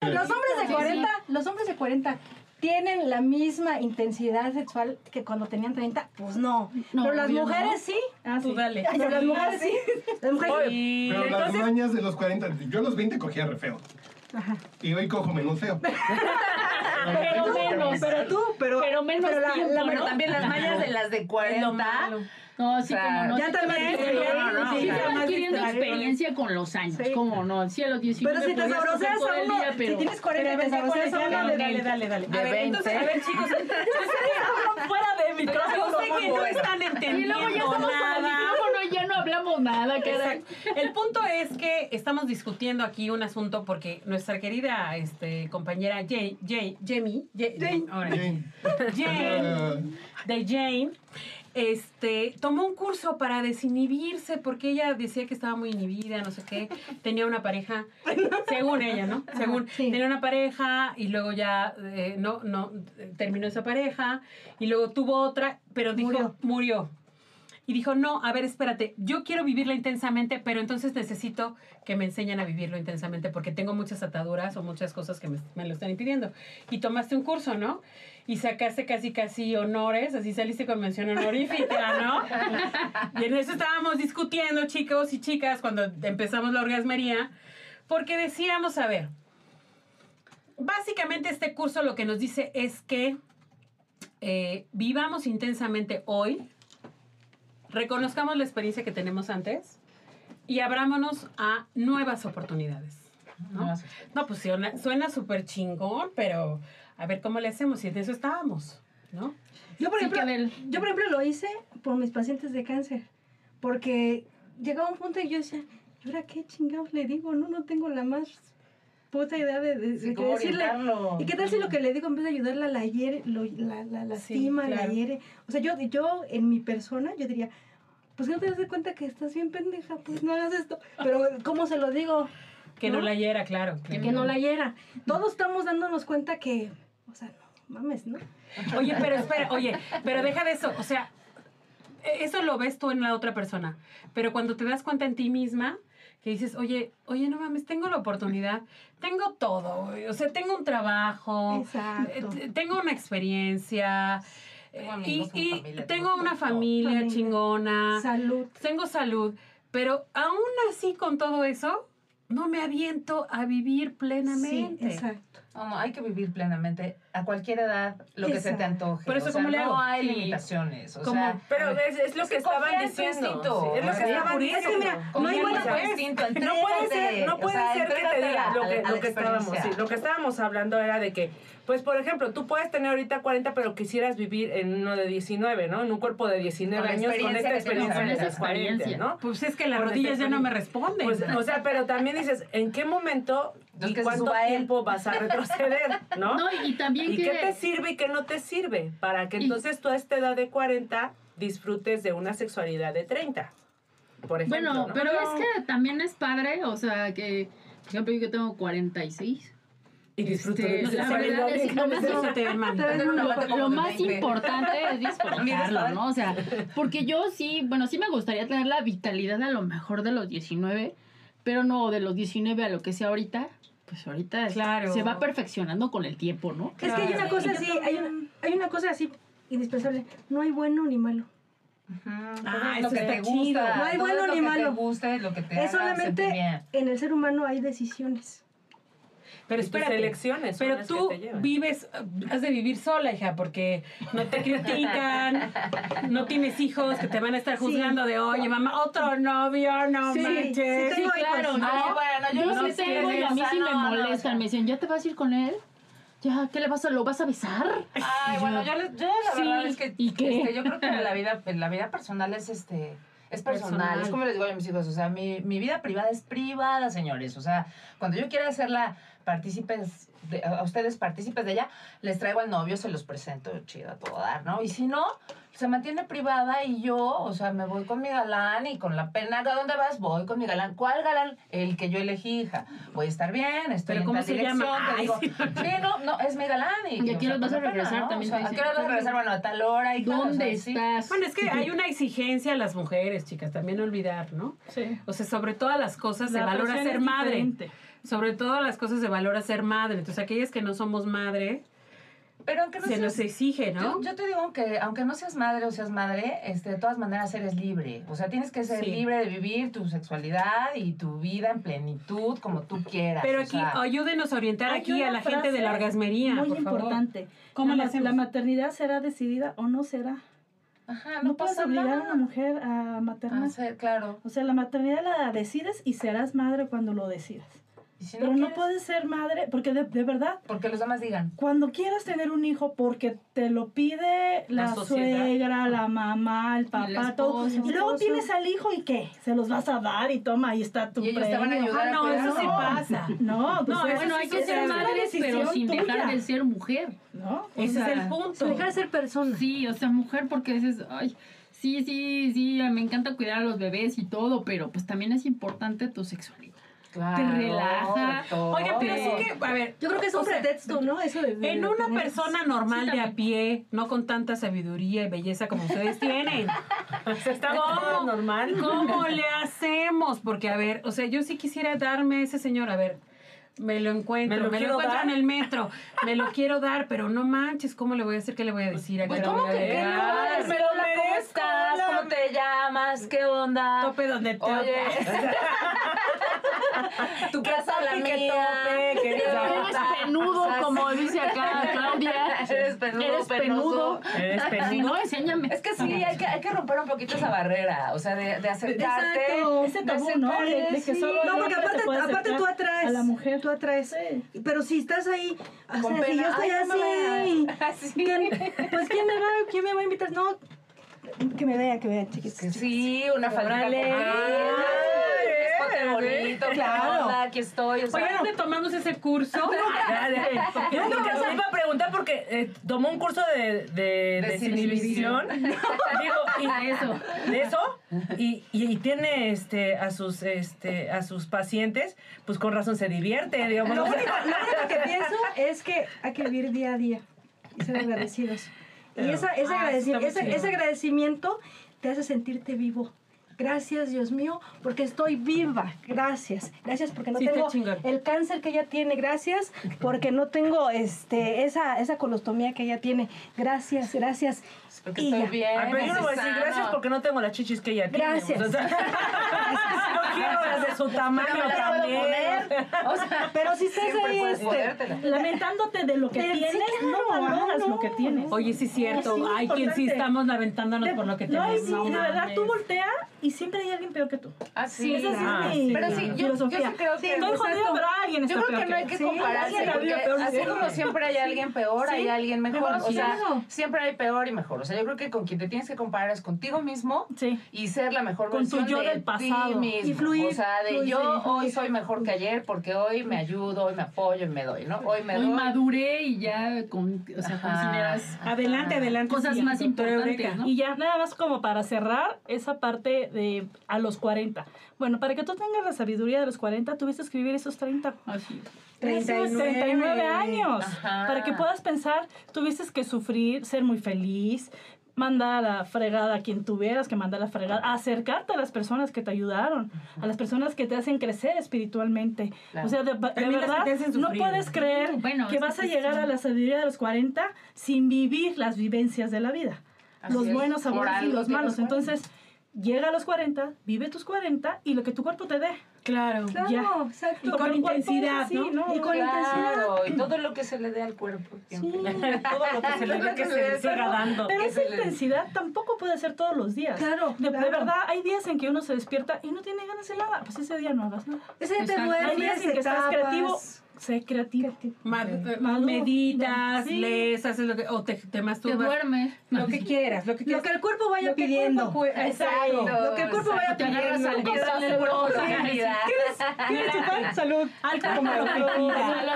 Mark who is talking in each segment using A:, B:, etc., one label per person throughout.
A: Los hombres de 40, los hombres de 40 tienen la misma intensidad sexual que cuando tenían 30, pues no.
B: No,
A: Pero las
B: obvio no.
A: mujeres sí.
B: Ah, sí.
C: Tú dale.
A: Pero las mujeres sí. Las mujeres sí.
C: Y
D: Pero las
C: entonces,
D: mañas de los 40, yo a los 20 cogía re feo. Y hoy cojo menos feo.
B: Pero menos.
A: Pero tú, pero,
B: Pero menos
A: la-
B: tiempo,
A: la-
E: Pero
B: ¿no?
E: también las mallas de las de
C: es lo
E: 40.
C: malo.
B: No, sí,
E: O sea,
B: como no.
A: ya
B: sí,
A: te
B: también,
A: metiste,
B: sí,
E: no, no,
B: sí,
E: no,
B: vas
A: no, no,
B: adquiriendo
A: no, no, no.
B: experiencia con los años.
A: Sí.
B: ¿Cómo no? Sí, a los 19
A: Pero si te
B: podías coger
A: sabroseas
B: todo
A: a
B: el
A: uno,
B: día, pero...
A: si tienes 40 y te
C: Espérame,
A: sabroseas a
C: espérame,
A: uno,
C: espérame,
A: le-
C: dale, dale, dale.
E: De
C: A ver,
E: 20.
C: entonces, a ver, chicos, ustedes hablan fuera de micrófono.
E: Yo sé que no están
B: Y luego ya estamos con el micrófono y ya no hablamos nada, caray.
C: Exacto. El punto es que estamos discutiendo aquí un asunto porque nuestra querida este, compañera Jane, Jane, Jamie, Jane, ahora,
D: Jane.
C: Jane,
D: Ah,
C: de Jane, este, tomó un curso para desinhibirse porque ella decía que estaba muy inhibida, no sé qué, tenía una pareja, según ella, ¿no? Según,
A: sí.
C: tenía una pareja y luego ya eh, no, no, eh, terminó esa pareja y luego tuvo otra, pero dijo,
A: Murió.
C: murió. Y dijo, no, a ver, espérate, yo quiero vivirla intensamente, pero entonces necesito que me enseñen a vivirlo intensamente porque tengo muchas ataduras o muchas cosas que me, me lo están impidiendo. Y tomaste un curso, ¿no? Y sacaste casi, casi honores, así saliste con mención honorífica, ¿no? Y en eso estábamos discutiendo, chicos y chicas, cuando empezamos la orgasmería, porque decíamos, a ver, básicamente este curso lo que nos dice es que eh, vivamos intensamente hoy, reconozcamos la experiencia que tenemos antes y abrámonos a nuevas oportunidades. ¿no?
B: Nuevas
C: No, pues suena- suena súper chingón, pero a ver cómo le hacemos. Y de eso estábamos, ¿no?
A: Yo, por
B: Sí,
A: ejemplo,
B: que del-
A: yo, por ejemplo, lo hice por mis pacientes de cáncer. Porque llegaba un punto en que yo decía, ¿y ahora qué chingados le digo? No, no tengo la más puta idea de, de- de qué
E: ¿Cómo
A: decirle.
E: orientarlo?
A: ¿Y qué tal si lo que le digo en vez de ayudarla la hiere, lo- la, la lastima,
C: claro.
A: la hiere? O sea, yo, yo en mi persona, yo diría, pues no te das de cuenta que estás bien pendeja, pues no hagas esto. Pero ¿cómo se lo digo?
C: Que no,
A: ¿No?
C: la hiera, claro. claro.
A: Que no la hiera. Todos estamos dándonos cuenta que, o sea, no mames, ¿no?
C: Oye, pero espera, oye, pero deja de eso. O sea, e- eso lo ves tú en la otra persona. Pero cuando te das cuenta en ti misma, que dices, oye, oye, no mames, tengo la oportunidad, tengo todo. güey. O sea, tengo un trabajo, eh,
A: Exacto.
C: t- tengo una experiencia. eh,
E: Tengo
C: y
E: amigos,
C: y
E: tengo familia,
C: tengo
E: tengo
C: una
E: todo.
C: familia,
A: Familia.
C: chingona,
A: Ah. Salud.
C: tengo salud, pero aún así con todo eso, no me aviento a vivir
A: Sí,
C: plenamente.
A: exacto.
E: No, no, hay que vivir plenamente a cualquier edad lo que se te
A: Exacto.
E: antoje.
C: Por eso,
E: o sea,
C: ¿cómo le hago?
E: no hay
C: Sí.
E: limitaciones. O
C: ¿Cómo?
E: sea,
F: Pero es, es lo que estaban
E: confía en tu
F: diciendo.
E: instinto.
F: Sí, es lo que
E: Confía
F: estaban
E: en tu
A: Es
F: diciendo.
A: que mira, no
E: confía
A: hay
E: en
A: buena
E: tu
A: pues.
E: instinto,
F: No puede ser, no
E: entrégate,
F: puede
E: o sea,
F: ser que te
E: entrégate
F: diga
E: a
F: lo
E: la-
F: que,
E: a la
F: lo que estábamos, sí,
E: experiencia.
F: lo que estábamos hablando era de que, pues por ejemplo, tú puedes tener ahorita 40, pero quisieras vivir en uno de 19, ¿no? En un cuerpo de 19
E: Con la
F: años con
E: experiencia
F: esta
E: que tienes
F: experiencia de
B: ahora.
F: las 40, ¿no?
C: Pues es que las
F: Porque
C: rodillas
F: te-
C: ya no me responden.
F: Pues, o sea, pero también dices, ¿en qué momento
E: Entonces,
F: y
E: que se
F: cuánto
E: suba él.
F: tiempo vas a retroceder, no?
B: No, y también
F: ¿Y
B: que...
F: qué te sirve y qué no te sirve? Para que
B: Y-
F: entonces tú a esta edad de 40 disfrutes de una sexualidad de 30, por ejemplo.
B: Bueno,
F: ¿no?
B: pero es que también es padre, o sea, que, por ejemplo, yo que tengo 46.
F: Y disfruto
B: este,
F: de una
B: la
F: sexualidad
B: verdad es que
F: de
B: lo más,
C: Te ven, manita.
B: lo-
E: una bata
B: lo
E: como de
B: más
E: 20.
B: importante es
E: Mira,
B: disfrutarlo,
E: ¿sabes?
B: ¿no? O sea, porque yo sí, bueno, sí me gustaría tener la vitalidad a lo mejor de los 19, pero no de los 19 a lo que sea ahorita, pues ahorita es-
C: Claro.
B: se va perfeccionando con el tiempo, ¿no?
A: Es que hay una
C: Claro.
A: cosa así, hay una, hay una cosa así indispensable. No hay bueno ni malo.
E: Ujú,
C: Ah,
E: todo es lo
C: eso
E: que
C: está
E: te
C: chido.
E: gusta,
A: No hay
E: todo es
A: bueno
E: lo
A: ni
E: que
A: malo.
E: Te gusta, es lo que te
A: es
E: haga sentir
A: solamente
E: bien.
A: en el ser humano hay decisiones.
C: Pero espérate.
F: elecciones. son
C: Pero
F: las
C: tú
F: que te llevan.
C: vives, eh, has de vivir sola, hija, porque no te critican, no tienes hijos que te van a estar
A: Sí.
C: juzgando de, oye, mamá, otro novio, no
A: Sí,
C: manches.
A: sí tengo hijos.
B: claro, ¿no?
E: Ay, bueno, Ah, yo
B: Yo
E: no
B: sí
E: sé,
B: tengo y a
E: o
B: mí
E: sea,
B: sí me
E: no, no,
B: molestan, me dicen, ¿ya te vas a ir con él? ¿Ya? ¿Qué le vas a, lo vas a besar?
E: Ay, bueno, yo, les- yo la
B: Sí,
E: verdad es que,
B: ¿y qué?
E: este, yo creo que la vida, la vida personal es este. Es personal,
C: Personal.
E: es como les digo a mis hijos, o sea, mi, mi vida privada es privada, señores. O sea, cuando yo quiera hacerla partícipes, de- a a ustedes partícipes de ella, les traigo al novio, se los presento chido a todo dar, ¿no? Y si no, se mantiene privada y yo, o sea, me voy con mi galán y con la pena, ¿a dónde vas? Voy con mi galán. ¿Cuál galán? El que yo elegí, hija. Voy a estar bien, estoy
C: ¿Pero
E: en
C: cómo
E: tal
C: se
E: dirección.
C: llama?
E: te
C: Ay,
E: digo,
C: sí.
E: sí, no, no, es mi galán. Y,
B: ¿Y a qué
E: o sea,
B: horas vas
E: pues con
B: a
E: la
B: regresar? También
E: O sea,
B: te
E: ¿A qué
B: dicen.
E: horas vas a regresar? Bueno, a tal hora. hija, o
B: ¿Dónde
E: sea, sí.
B: estás?
C: Bueno, es que hay una exigencia a las mujeres, chicas, también olvidar, ¿no?
G: Sí.
C: O sea, sobre todas las cosas se
G: La
C: valora
G: presión
C: ser
G: es
C: madre.
G: diferente.
C: Sobre todas las cosas se valora ser madre. Entonces, aquellas que no somos madre,
E: Pero aunque no
C: se
E: seas-
C: nos exige, ¿no?
E: Yo, yo te digo, aunque, aunque no seas madre o seas madre, este, de todas maneras eres libre. O sea, tienes que ser
C: Sí.
E: libre de vivir tu sexualidad y tu vida en plenitud, como tú quieras.
C: Pero
E: o
C: aquí,
E: sea.
C: ayúdenos a orientar
G: hay
C: aquí
G: una
C: a la gente
G: frase
C: de la orgasmería.
G: Muy
C: por favor.
G: importante.
C: ¿Cómo
G: la,
C: le
G: ma-
C: hacemos?
G: la maternidad será decidida o no será.
E: Ajá,
G: No, puedes obligar a una mujer a maternar.
E: Ah, sí, claro.
G: O sea, la maternidad la decides y serás madre cuando lo decidas.
E: Y si
G: Pero no
E: quieres,
G: puedes ser madre, porque de, de verdad,
E: Porque los demás digan.
G: cuando quieras tener un hijo, porque te lo pide
C: La
G: la,
C: sociedad.
G: suegra, la mamá, el papá,
B: esposo,
G: todo.
B: el
G: Y luego
A: esposo.
G: tienes al hijo y qué, se los vas a dar y toma, ahí está tu
E: Y ellos te van a
G: premio.
E: ayudar.
C: Ah, no, eso sí
E: No.
C: pasa.
G: No, pues
C: No,
G: eso
C: bueno,
G: sí
C: hay
G: es-
C: que ser
G: es una
B: madres, pero
G: decisión
B: sin dejar
G: tuya,
B: de ser mujer.
G: ¿no?
C: Ese
B: O sea,
C: es el punto.
A: Dejar de ser persona.
B: Sí, o sea, mujer, porque dices, ay, sí, sí, sí, me encanta cuidar a los bebés y todo, pero pues también es importante tu sexualidad.
E: Claro,
B: relaja.
E: todo.
C: Oiga, pero sí que, a ver,
A: Yo creo que es
C: o
A: un
C: sea,
A: pretexto, ¿no? Eso de, de-
C: En
A: de
C: una
A: tener-
C: persona normal
B: Sí,
C: de a
B: también.
C: pie, no con tanta sabiduría y belleza como ustedes tienen. O sea, está
F: Todo
C: ¿Cómo,
F: Pues normal.
C: ¿Cómo le hacemos? Porque, a ver, o sea, yo sí quisiera darme a ese señor, a ver, me lo encuentro, me
F: ¿Me
C: lo,
F: lo quiero
C: encuentro
F: dar?
C: en el metro, me lo quiero dar, pero no manches, ¿cómo le voy a decir? ¿Qué le voy a decir? ¿A
E: Pues,
C: qué le
E: ¿cómo
C: voy a
E: que qué
C: llegar?
E: no? Hola,
F: Me lo
E: ¿Cómo
F: merezco,
E: estás?
F: hola.
E: ¿Cómo te llamas? ¿Qué onda?
C: Tope donde te...
E: Oye, tu casa la
F: tope, que
E: mía.
F: tope, que
E: ¿Qué
F: tope.
E: onda?
B: Eres penudo, como dice acá Claudia.
E: Eres penudo,
B: Eres
E: penoso.
B: penudo.
F: Eres
E: Este,
B: Si
F: penudo.
B: no, enséñame.
E: Es que sí, hay que, hay que romper un poquito esa barrera, o sea, de, de acercarte.
A: Exacto.
G: Ese tabú, ¿no? De- de que
E: sí.
G: solo-
A: No, porque
G: Te
A: aparte,
G: puede
A: aparte tú
G: acercar
A: atraes.
G: a la mujer.
A: Tú atraes. Pero si estás ahí, o
E: Con
A: sea, si
E: pena.
A: yo estoy
E: Ay, no
A: así,
E: me veas. Sí.
A: ¿quién- pues ¿quién me, va, ¿quién me va a invitar? No, que me vean, que vean, chiquitos.
E: Que sí, una faldita
F: Órale.
E: con-
F: Ay,
E: escote
F: eh,
E: bonito, claro.
F: claro.
E: aquí estoy, o sea,
C: Oigan, ¿dónde tomamos ese curso?
F: Yo nunca se iba a preguntar porque eh, tomó un curso de, de
E: Desinhibición.
F: desinhibición. Digo, y
B: A eso.
F: de eso y, y- y tiene este a sus este a sus pacientes pues con razón se divierte digamos
A: Lo
F: o
A: único,
F: sea,
A: lo único que pienso es que hay que vivir día a día y ser agradecidos. Y esa, ese,
C: Ah,
A: agradeci-
C: está muy
A: ese-
C: chido.
A: ese agradecimiento te hace sentirte vivo. Gracias, Dios mío, porque estoy viva. Gracias. Gracias porque no
C: Sí, está
A: tengo
C: chingón.
A: el cáncer que ella tiene. Gracias porque no tengo este, esa, esa colostomía que ella tiene. Gracias, gracias.
E: porque
A: Y
E: estoy
A: ya.
E: bien.
F: ah, pero yo no voy a decir
E: sano.
F: gracias porque no tengo las chichis que ella tiene
A: Gracias.
F: pues, o sea, no quiero las de su
E: Pero me
F: tamaño
E: las puedo
F: también
E: poner. O sea,
A: Pero si estás
E: siempre
A: ahí,
E: puedes
A: este,
E: ponértela.
G: Lamentándote de lo que
A: Pero sí,
G: tienes,
A: claro,
G: no valoras
A: ah, no.
G: lo que tienes.
C: Oye, sí es cierto.
G: Sí,
C: Hay quien sí
G: importante.
C: estamos lamentándonos por lo que
G: no, y
C: tenemos.
G: sí, de verdad,
C: mames.
G: tú voltea y siempre hay alguien peor que tú.
E: Ah, sí.
G: Esa sí
F: ah,
G: es mi
E: Pero sí, yo- yo
G: filosofía.
E: sí creo que-
G: Estoy
E: exacto.
G: jodido, pero alguien está
E: Yo creo
G: peor
E: que no hay que
G: Sí,
E: compararse,
G: alguien la
E: porque
G: vive peor
E: así
G: que tú.
E: como siempre hay alguien peor, hay alguien mejor.
G: Mejor,
E: O sea,
A: claro.
E: siempre hay peor y mejor. O sea, yo creo que con quien te tienes que comparar es contigo mismo
G: Sí.
E: y ser la mejor
G: Con tu
E: versión
G: yo
E: de
G: del
E: ti
G: pasado.
E: mismo.
A: Y fluir,
E: o sea, de
A: fluir,
E: yo
A: sí, fluir.
E: hoy soy mejor que ayer porque hoy me ayudo, hoy me apoyo y me doy, ¿no? Hoy me
B: Hoy
E: doy.
B: maduré y ya con, o sea,
E: Ajá.
B: consideras
C: Adelante, adelante.
E: Pues,
B: cosas
C: sí,
B: más
C: doctora Eureka.
B: importantes, ¿no?
G: Y ya nada más como para cerrar esa parte de a los 40. Bueno, para que tú tengas la sabiduría de los 40, tuviste que escribir esos 30.
B: Así.
G: 39,
C: 39.
G: años.
E: Ajá.
G: Para que puedas pensar, tuviste que sufrir, ser muy feliz, mandar a la fregada a quien tuvieras que mandar a la fregada, acercarte a las personas que te ayudaron, a las personas que te hacen crecer espiritualmente.
E: Claro.
G: O sea, de, de
C: También las que
G: verdad,
C: te hacen
G: no
C: sufrir.
G: puedes creer
B: Bueno,
G: que
B: eso
G: vas a
B: sí,
G: llegar
B: sí.
G: a la sabiduría de los 40 sin vivir las vivencias de la vida.
E: Así
G: los
E: es.
G: buenos
E: Por
G: sabores y
E: algo
G: los
E: tienes
G: malos.
E: 40.
G: Entonces, llega a los 40, vive tus 40 y lo que tu cuerpo te dé.
C: Claro.
A: Claro,
G: Ya.
A: exacto.
C: Y con
G: Porque el cuerpo es
C: intensidad,
G: así,
C: ¿no?
A: Y con
E: Claro, y todo lo que se le dé al cuerpo. siempre.
F: todo lo que se le ve que se le siga dando
G: Pero
E: Que
G: esa
E: se le-
G: intensidad tampoco puede ser todos los días.
A: Claro,
G: De, de
A: claro.
G: verdad, hay días en que uno se despierta y no tiene ganas de nada. Pues ese día no hagas nada.
A: Ese te
B: Exacto.
G: Hay
A: duermes,
G: días en
A: te
G: que estás
A: tapas.
G: creativo. Sé creativo.
C: Ma- eh,
G: Maduro.
C: Meditas,
G: Sí.
C: lees, haces lo que. O te, te
B: Te
C: masturbas.
B: duermes.
C: Lo que quieras, lo que
A: Lo
C: quieras.
A: que el cuerpo vaya
C: Lo que el
A: pidiendo.
C: cuerpo pu- Exacto.
A: Lo que el cuerpo vaya
B: Te agarras
A: pidiendo.
B: al
A: que
B: costado
A: darle
B: de
A: por-
B: la
A: ¿Quieres- ¿Quieres chupar? Salud.
G: Al cuerpo lo
B: Salud,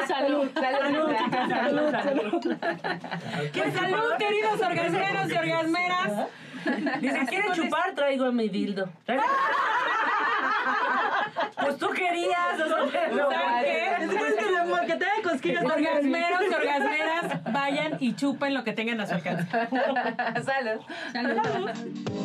B: salud.
G: Salud, salud,
F: Pues,
G: salud.
C: ¡Qué salud, queridos orgasmeros y orgasmeras!
F: Dice, ¿quieres chupar? Traigo mi dildo. pues tú querías. o sea,
E: No,
C: ¿Saben
E: vale.
C: qué?
A: Después de la moquetada de cosquillas.
C: Orgasmeros y orgasmeras, vayan y chupen lo que tengan a su alcance.
E: Salud.
B: Salud.